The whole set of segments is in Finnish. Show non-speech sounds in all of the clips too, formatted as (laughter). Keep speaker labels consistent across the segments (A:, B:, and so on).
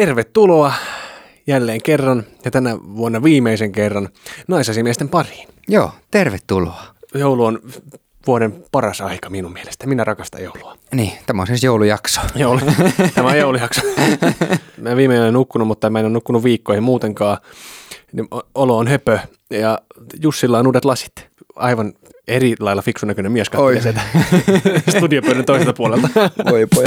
A: Tervetuloa jälleen kerran ja tänä vuonna viimeisen kerran naisasimiesten pariin.
B: Joo, tervetuloa.
A: Joulu on vuoden paras aika minun mielestä. Minä rakastan joulua.
B: Niin, tämä on siis joulujakso.
A: Joulu. (laughs) Tämä on joulujakso. Mä viime yönä en nukkunut, mutta mä en ole nukkunut viikkoihin muutenkaan. Niin o- Olo on höpö ja Jussilla on uudet lasit. Aivan eri lailla fiksun näköinen mies katselee (laughs)
B: Oi.
A: sieltä studiopöydän toiselta puolelta.
B: (laughs) Voi voi.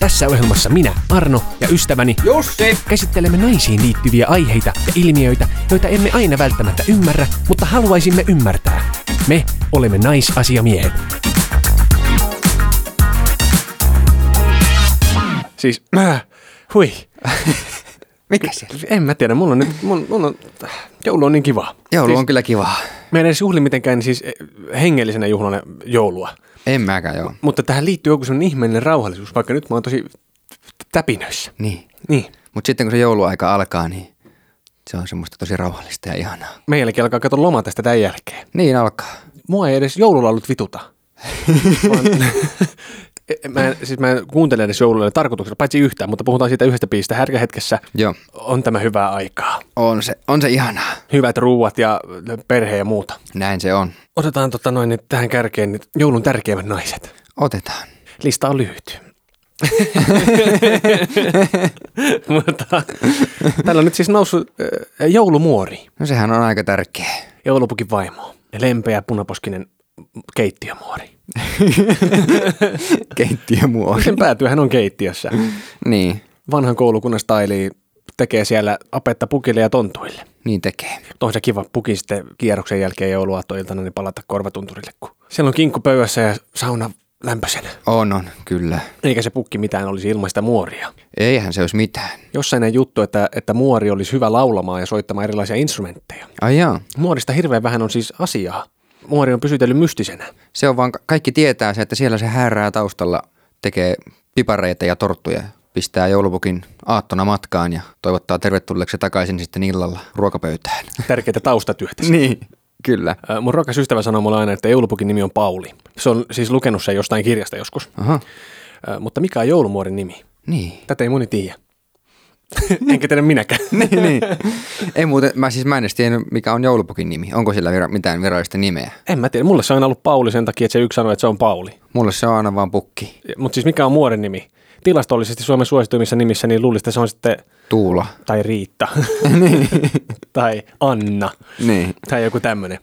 A: Tässä ohjelmassa minä, Arno ja ystäväni
B: Jussi!
A: Käsittelemme naisiin liittyviä aiheita ja ilmiöitä, joita emme aina välttämättä ymmärrä, mutta haluaisimme ymmärtää. Me olemme naisasiamiehet. Siis, äh, hui,
B: Mikä siellä?
A: en mä tiedä, mulla on nyt, mulla, mulla on, joulu on niin kivaa.
B: Joulu
A: siis,
B: on kyllä kivaa.
A: Mä en edes juhli mitenkään siis eh, hengellisenä juhlana joulua,
B: En mäkään joo.
A: mutta tähän liittyy joku sellainen ihmeellinen rauhallisuus, vaikka nyt mä oon tosi täpinöissä.
B: Niin.
A: Niin.
B: Mutta sitten kun se jouluaika alkaa, niin se on semmoista tosi rauhallista ja ihanaa.
A: Meilläkin alkaa katsoa loma tästä tämän jälkeen.
B: Niin alkaa.
A: mua ei edes joululaulut vituta. Vaan, (laughs) mä en, siis mä en kuuntele edes joululauluja tarkoituksella, paitsi yhtään, mutta puhutaan siitä yhdestä biisistä. Härkähetkessä
B: Joo,
A: on tämä hyvää aikaa.
B: on se, on se ihanaa.
A: Hyvät ruuat ja perhe ja muuta.
B: Näin se on.
A: Otetaan tota noin, nyt tähän kärkeen nyt joulun tärkeimmät naiset.
B: Otetaan.
A: Lista on lyhyt. (laughs) mutta täällä on nyt siis noussut äh, joulumuori,
B: No sehän on aika tärkeä.
A: joulupukin vaimo, lempeä punaposkinen keittiömuori.
B: (laughs) Keittiömuori.
A: Sen päätyähän on keittiössä.
B: niin,
A: vanhan koulukunnan staili tekee siellä apetta pukille ja tontuille.
B: niin tekee.
A: On se kiva puki sitten kierroksen jälkeen jouluaattoiltana niin palata korvatunturille, kun siellä on kinkku pöydässä ja sauna lämpöisenä.
B: On, on, kyllä.
A: Eikä se pukki mitään olisi ilman sitä muoria.
B: Eihän se olisi mitään.
A: Jossain ei juttu, että, että muori olisi hyvä laulamaan ja soittamaan erilaisia instrumentteja.
B: Ai jaa.
A: Muorista hirveän vähän on siis asiaa. Muori on pysytellyt mystisenä.
B: Se on vaan, kaikki tietää se, että siellä se häärää taustalla, tekee pipareita ja torttuja, pistää joulupukin aattona matkaan ja toivottaa tervetulleeksi takaisin sitten illalla ruokapöytään.
A: Tärkeää taustatyötä.
B: (laughs) niin, kyllä.
A: Ö, Mun rakas ystävä sanoi mulle aina, että joulupukin nimi on Pauli. Se on siis lukenut sen jostain kirjasta joskus.
B: Aha,
A: Ö, Mutta mikä on joulumuorin nimi?
B: niin.
A: Tätä ei moni tiedä. (laughs) Enkä tiedä minäkään. (laughs)
B: (laughs) niin, niin. Ei muuten, mä siis mä en edes tiennyt, mikä on joulupukin nimi. Onko sillä vira- mitään virallista nimeä?
A: En mä tiedä. Mulle se on aina ollut Pauli sen takia, että se yksi sanoi, että se on Pauli.
B: Mulle se on aina vaan pukki.
A: Mutta siis mikä on muoren nimi? Tilastollisesti Suomen suosituimmissa nimissä, niin luulisi, että se on sitten,
B: Tuula.
A: tai Riitta, (laughs) tai Anna,
B: Niin.
A: tai joku tämmöinen.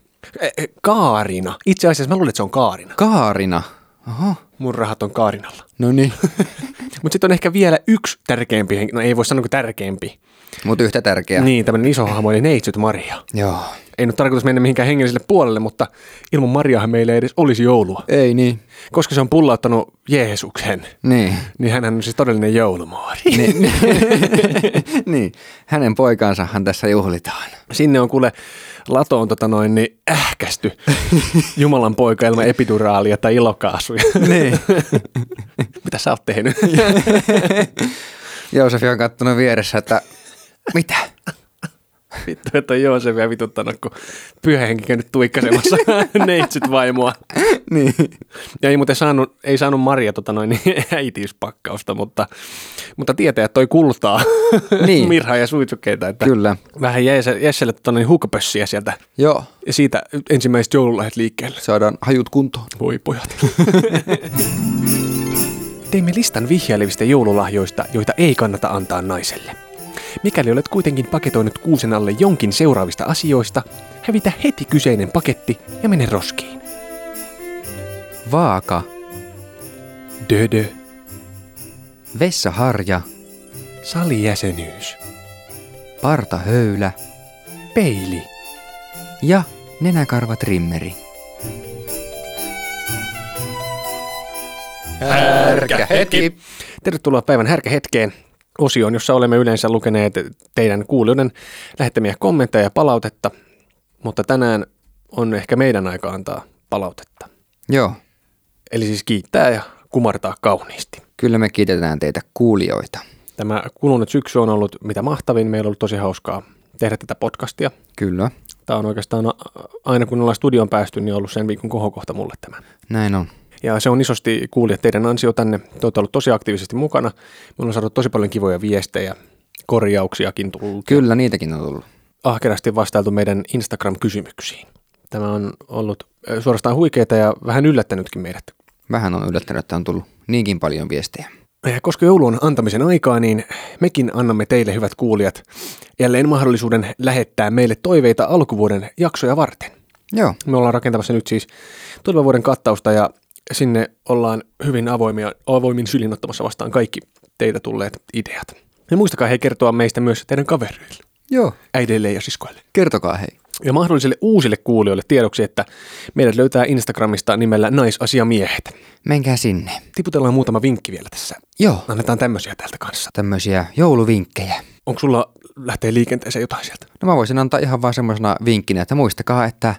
A: Kaarina. Itse asiassa mä luulen, että se on Kaarina.
B: Kaarina. Aha.
A: Mun rahat on Kaarinalla.
B: No niin.
A: Mutta sitten on ehkä vielä yksi tärkeämpi, henki- no ei voi sanoa kuin tärkeämpi.
B: (laughs) Mut yhtä tärkeää.
A: Niin, tämmöinen iso hahmo, eli Neitsyt Maria.
B: Joo.
A: Ei nyt tarkoitus mennä mihinkään hengelliselle puolelle, mutta ilman Mariahan meillä ei edes olisi joulua.
B: Ei niin.
A: koska se on pullauttanut Jeesuksen,
B: Niin.
A: niin hän on siis todellinen
B: (laughs)
A: joulumuori.
B: Niin. (laughs) niin, hänen poikansahan tässä juhlitaan.
A: Sinne on kuule latoon tota noin, niin
B: (laughs)
A: ähkästy Jumalan poika ilman epiduraalia tai ilokaasuja.
B: (laughs)
A: (laughs)
B: (laughs) Niin.
A: Mitä sä oot tehnyt?
B: (laughs) Joosefi on kattonut vieressä, että mitä?
A: Vittu, että on Joosefia vituttanut, kun pyhä henki käynyt
B: (laughs)
A: tuikkasemassa neitsyt vaimoa.
B: (laughs) Niin.
A: Ja ei muuten saanut, ei saanut Maria tota noin, niin (laughs) äitiyspakkausta, mutta, mutta tietää, että toi kultaa (laughs)
B: Niin.
A: mirhaa ja suitsukkeita. Että
B: Kyllä.
A: Vähän jäi se- Jesselle tota noin hukapössiä sieltä
B: Joo,
A: Ja siitä ensimmäiset joululähet liikkeelle.
B: saadaan hajut kuntoon.
A: Voi pojat. (laughs) Teimme listan vihjailevistä joululahjoista, joita ei kannata antaa naiselle. Mikäli olet kuitenkin paketoinut kuusen alle jonkin seuraavista asioista, hävitä heti kyseinen paketti ja mene roskiin.
B: Vaaka,
A: Dödö,
B: vessaharja,
A: salijäsenyys,
B: partahöylä
A: peili,
B: ja nenäkarvatrimmeri. Härkä hetki.
A: Tervetuloa päivän härkähetkeen osioon, jossa olemme yleensä lukeneet teidän kuulijoiden lähettämiä kommentteja ja palautetta, mutta tänään on ehkä meidän aika antaa palautetta.
B: Joo,
A: Eli siis kiittää ja kumartaa kauniisti.
B: kyllä me kiitetään teitä kuulijoita.
A: Tämä kulunut syksy on ollut mitä mahtavin. Meillä on ollut tosi hauskaa tehdä tätä podcastia.
B: Kyllä,
A: äh, Tämä on oikeastaan a- aina kun ollaan studion päästy, niin on ollut sen viikon kohokohta mulle tämä.
B: näin on.
A: Ja se on isosti kuulijat teidän ansio tänne. Te olette ollut tosi aktiivisesti mukana. Me ollaan saanut tosi paljon kivoja viestejä, korjauksiakin tullut.
B: Kyllä, niitäkin on tullut.
A: Ahkerasti vastailtu meidän Instagram-kysymyksiin. Tämä on ollut ö, suorastaan huikeita ja vähän yllättänytkin meidät.
B: Vähän on yllättänyt, että on tullut niinkin paljon viestejä.
A: Ja Äh, Koska joulu on antamisen aikaa, niin mekin annamme teille, hyvät kuulijat, jälleen mahdollisuuden lähettää meille toiveita alkuvuoden jaksoja varten.
B: Joo,
A: Me ollaan rakentamassa nyt siis tulevan vuoden kattausta ja sinne ollaan hyvin avoimia, avoimin sylin ottamassa vastaan kaikki teitä tulleet ideat. Ja muistakaa hei kertoa meistä myös teidän kavereille,
B: joo.
A: äideille ja siskoille.
B: Kertokaa hei.
A: Ja mahdollisille uusille kuulijoille tiedoksi, että meidät löytää Instagramista nimellä naisasiamiehet.
B: Menkää sinne.
A: Tiputellaan muutama vinkki vielä tässä.
B: Joo.
A: Annetaan tämmöisiä täältä kanssa.
B: Tämmöisiä jouluvinkkejä.
A: Onko sulla lähtee liikenteeseen jotain sieltä?
B: No mä voisin antaa ihan vaan semmoisena vinkkinä, että muistakaa, että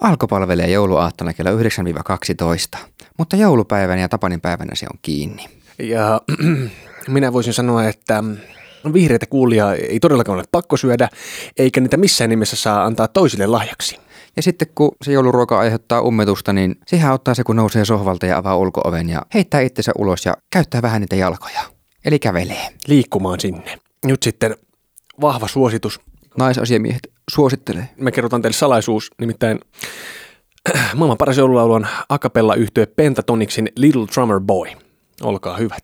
B: alko palvelee jouluaattona kello 9-12, mutta joulupäivänä ja Tapanin päivänä se on kiinni.
A: Ja (clears throat) minä voisin sanoa, että vihreitä kuulia ei todellakaan ole pakko syödä, eikä niitä missään nimessä saa antaa toisille lahjaksi.
B: Ja sitten kun se jouluruoka aiheuttaa ummetusta, niin siihen auttaa se, kun nousee sohvalta ja avaa ulkooven ja heittää itsensä ulos ja käyttää vähän niitä jalkoja. Eli kävelee.
A: Liikkumaan sinne. Nyt sitten vahva suositus.
B: Naisasiamiehet suosittelee.
A: Me kerrotaan teille salaisuus, nimittäin (clears throat) maailman paras joululaulu on akapella yhtye Pentatonixin Little Drummer Boy. Olkaa hyvät.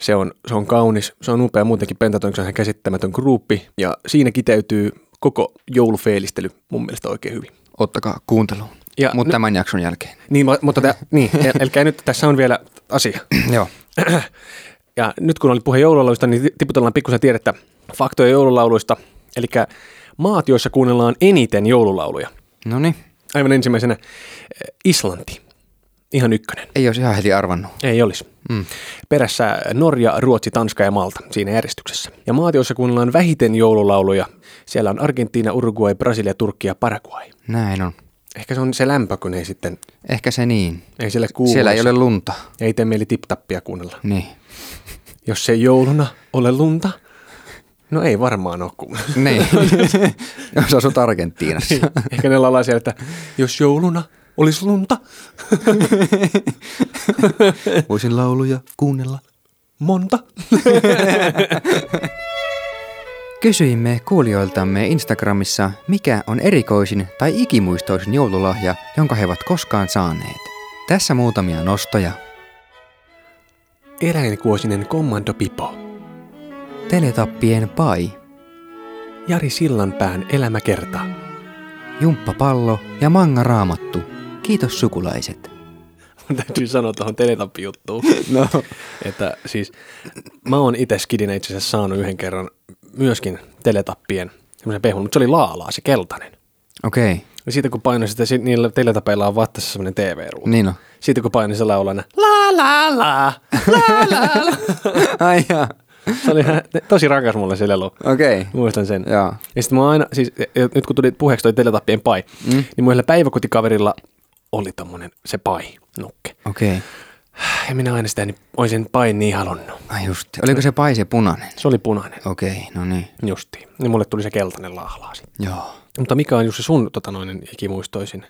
A: Se on, se on kaunis, se on upea muutenkin Pentatonix on ihan käsittämätön gruppi ja siinä kiteytyy koko joulufeilistely mun mielestä oikein hyvin.
B: Ottakaa kuunteluun.
A: Ja
B: Mutta
A: nyt-
B: tämän jakson jälkeen.
A: Niin, mu- mutta tä, niin, el- elkää nyt, tässä on vielä asia. (clears throat)
B: Joo.
A: Ja nyt kun oli puhe joululauluista, niin ti- tiputellaan pikkusen tiedettä faktoja joululauluista. Eli maat, joissa kuunnellaan eniten joululauluja.
B: (clears throat) No niin.
A: Aivan ensimmäisenä eh, Islanti. Ihan ykkönen.
B: Ei olisi ihan heti arvannut.
A: Ei olisi. Mm. Perässä Norja, Ruotsi, Tanska ja Malta siinä järjestyksessä. Ja maat, joissa kuunnellaan vähiten joululauluja, siellä on Argentiina, Uruguay, Brasilia, Turkki ja Paraguay.
B: Näin on.
A: Ehkä se on se lämpö, kun ei sitten,
B: Ehkä se niin.
A: ei siellä kuulu.
B: Siellä ei ole lunta.
A: Ei tee mieli tiptappia kuunnella.
B: (laughs) Niin.
A: Jos ei jouluna ole lunta, no ei varmaan ole
B: (laughs)
A: kun.
B: Niin. Jos asut Argentiinassa.
A: Ehkä ne laulaa siellä, että jos jouluna olisi lunta,
B: Voisin lauluja kuunnella.
A: monta.
B: Kysyimme kuulijoiltamme Instagramissa, mikä on erikoisin tai ikimuistoisin joululahja, jonka he ovat koskaan saaneet. Tässä muutamia nostoja.
A: Eläinkuosinen kommandopipo.
B: Teletappien pai,
A: Jari Sillanpään elämäkerta.
B: jumppapallo ja manga raamattu. Kiitos sukulaiset.
A: Täytyy sanoa tuohon teletappi-juttuun,
B: No.
A: että siis mä oon itse skidinä itse asiassa saanut yhden kerran myöskin teletappien semmoisen pehmon, mutta se oli laalaa, se keltainen.
B: Okei, okay.
A: Ja siitä kun painoin sitä, si- niillä teletapeilla on vattassa semmoinen TV-ruutu.
B: niin on. (laughs)
A: Siitä kun painoin se laulana, la la la, la la la.
B: (laughs) Ai jaa.
A: Se oli ihan tosi rakas mulle se lelu.
B: Okei. Okay.
A: Muistan sen. Ja,
B: Joo.
A: ja sitten mä oon aina, siis ja nyt kun tuli puheeksi toi teletappien pai, mm. niin mun yhdellä päiväkotikaverilla oli tommonen se pai nukke.
B: Okei. Okay.
A: Ja minä aina sitä, niin olisin pain niin halunnut.
B: Ai just. Oliko se paise punainen?
A: Se oli punainen.
B: Okei, okay, no niin.
A: Justiin. Niin mulle tuli se keltainen lahlaa sitten.
B: Joo.
A: Mutta mikä on just se sun tota noinen ikimuistoisin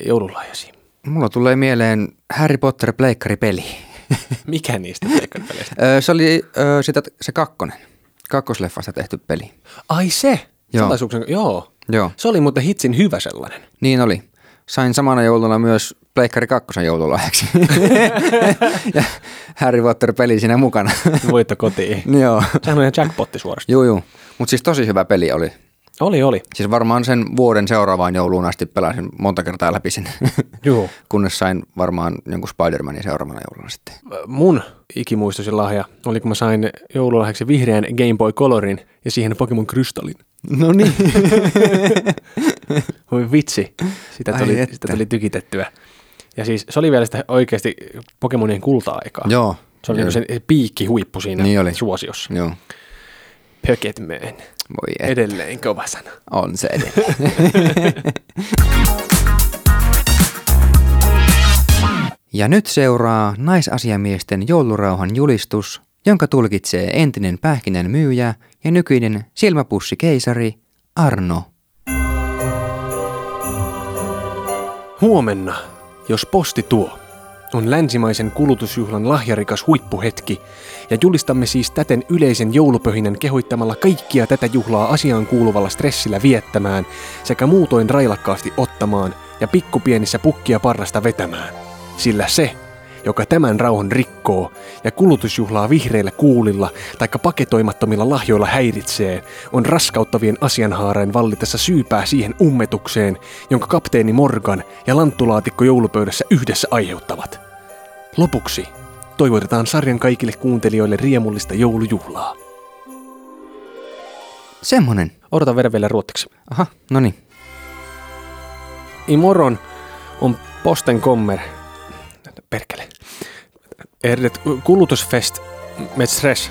A: eh, joululahjasi? (laughs)
B: Mulla tulee mieleen Harry Potter pleikkaripeli. (laughs)
A: Mikä niistä peleistä?
B: Öö, se oli öö, sitä, se kakkonen. Kakkosleffasta tehty peli.
A: Ai se!
B: Joo.
A: Salaisuuksien- joo.
B: Joo,
A: Se oli muuten hitsin hyvä
B: (laughs)
A: sellainen.
B: niin oli. Sain samana jouluna myös Pleikkari kakkosen (laughs) joululahjaksi. ja Harry Potter-peli siinä mukana. (laughs)
A: Voitto kotiin.
B: Joo.
A: Sehän on ihan jackpotti suorastaan.
B: Juu, juu. Mutta siis tosi hyvä peli oli.
A: Oli, oli.
B: Siis varmaan sen vuoden seuraavaan jouluun asti pelasin monta kertaa läpi sen.
A: Joo.
B: (laughs) Kunnes sain varmaan jonkun Spider-Manin seuraavana jouluna sitten.
A: mun ikimuistoisin lahja oli, kun mä sain joululahjaksi vihreän Game Boy Colorin ja siihen Pokemon Krystallin.
B: No niin.
A: Voi vitsi, sitä
B: Ai
A: tuli,
B: että.
A: sitä tuli tykitettyä. Ja siis se oli vielä sitä oikeasti Pokemonien kulta-aikaa.
B: Joo.
A: Se oli niinku sen piikki huippu siinä
B: Niin oli.
A: suosiossa.
B: Joo.
A: Pöketmöön.
B: Voi et.
A: Edelleen kova sana.
B: On se edelleen. (laughs) ja nyt seuraa naisasiamiesten joulurauhan julistus, jonka tulkitsee entinen pähkinän myyjä ja nykyinen silmäpussikeisari Arno.
A: Huomenna, jos posti tuo, on länsimaisen kulutusjuhlan lahjarikas huippuhetki, ja julistamme siis täten yleisen joulupöhinän kehoittamalla kaikkia tätä juhlaa asiaan kuuluvalla stressillä viettämään sekä muutoin railakkaasti ottamaan ja pikkupienissä pukkia parrasta vetämään. Sillä se, joka tämän rauhan rikkoo ja kulutusjuhlaa vihreillä kuulilla tai paketoimattomilla lahjoilla häiritsee, on raskauttavien asianhaarain vallitessa syypää siihen ummetukseen, jonka kapteeni Morgan ja lanttulaatikko joulupöydässä yhdessä aiheuttavat. Lopuksi toivotetaan sarjan kaikille kuuntelijoille riemullista joulujuhlaa.
B: Semmonen.
A: Odotan verran vielä ruottiksi.
B: Aha, no niin.
A: I moron on posten kommer. Perkele. Er det kulutusfest med stress.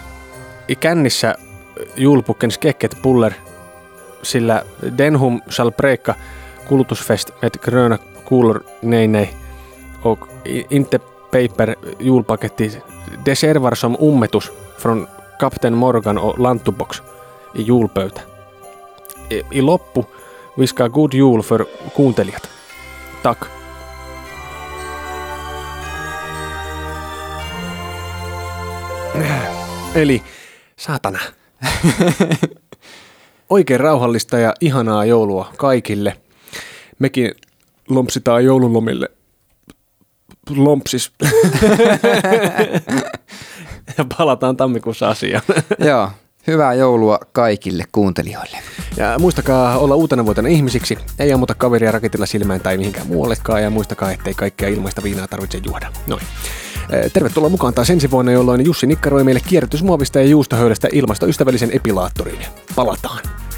A: I kännissä julpukkens kekket puller, sillä denhum shall breaka kulutusfest med gröna kulor nej nej och i- inte paper julpaketti det servar som ummetus från kapten Morgan och Lanttubox i julpöytä. I, I loppu viskaa good jul för kuuntelijat. Tack. Eli saatana. Oikein rauhallista ja ihanaa joulua kaikille. Mekin lompsitaan joululomille. Lompsis. ja palataan tammikuussa asiaan.
B: Joo. Hyvää joulua kaikille kuuntelijoille.
A: Ja muistakaa olla uutena vuotena ihmisiksi. Ei ammuta kaveria raketilla silmään tai mihinkään muuallekaan. Ja muistakaa, ettei kaikkea ilmaista viinaa tarvitse juoda. Noin. Eh, Tervetuloa mukaan taas ensi vuonna, jolloin Jussi nikkaroi meille kierrätysmuovista ja juustohöylästä ilmastoystävällisen epilaattorin. Palataan.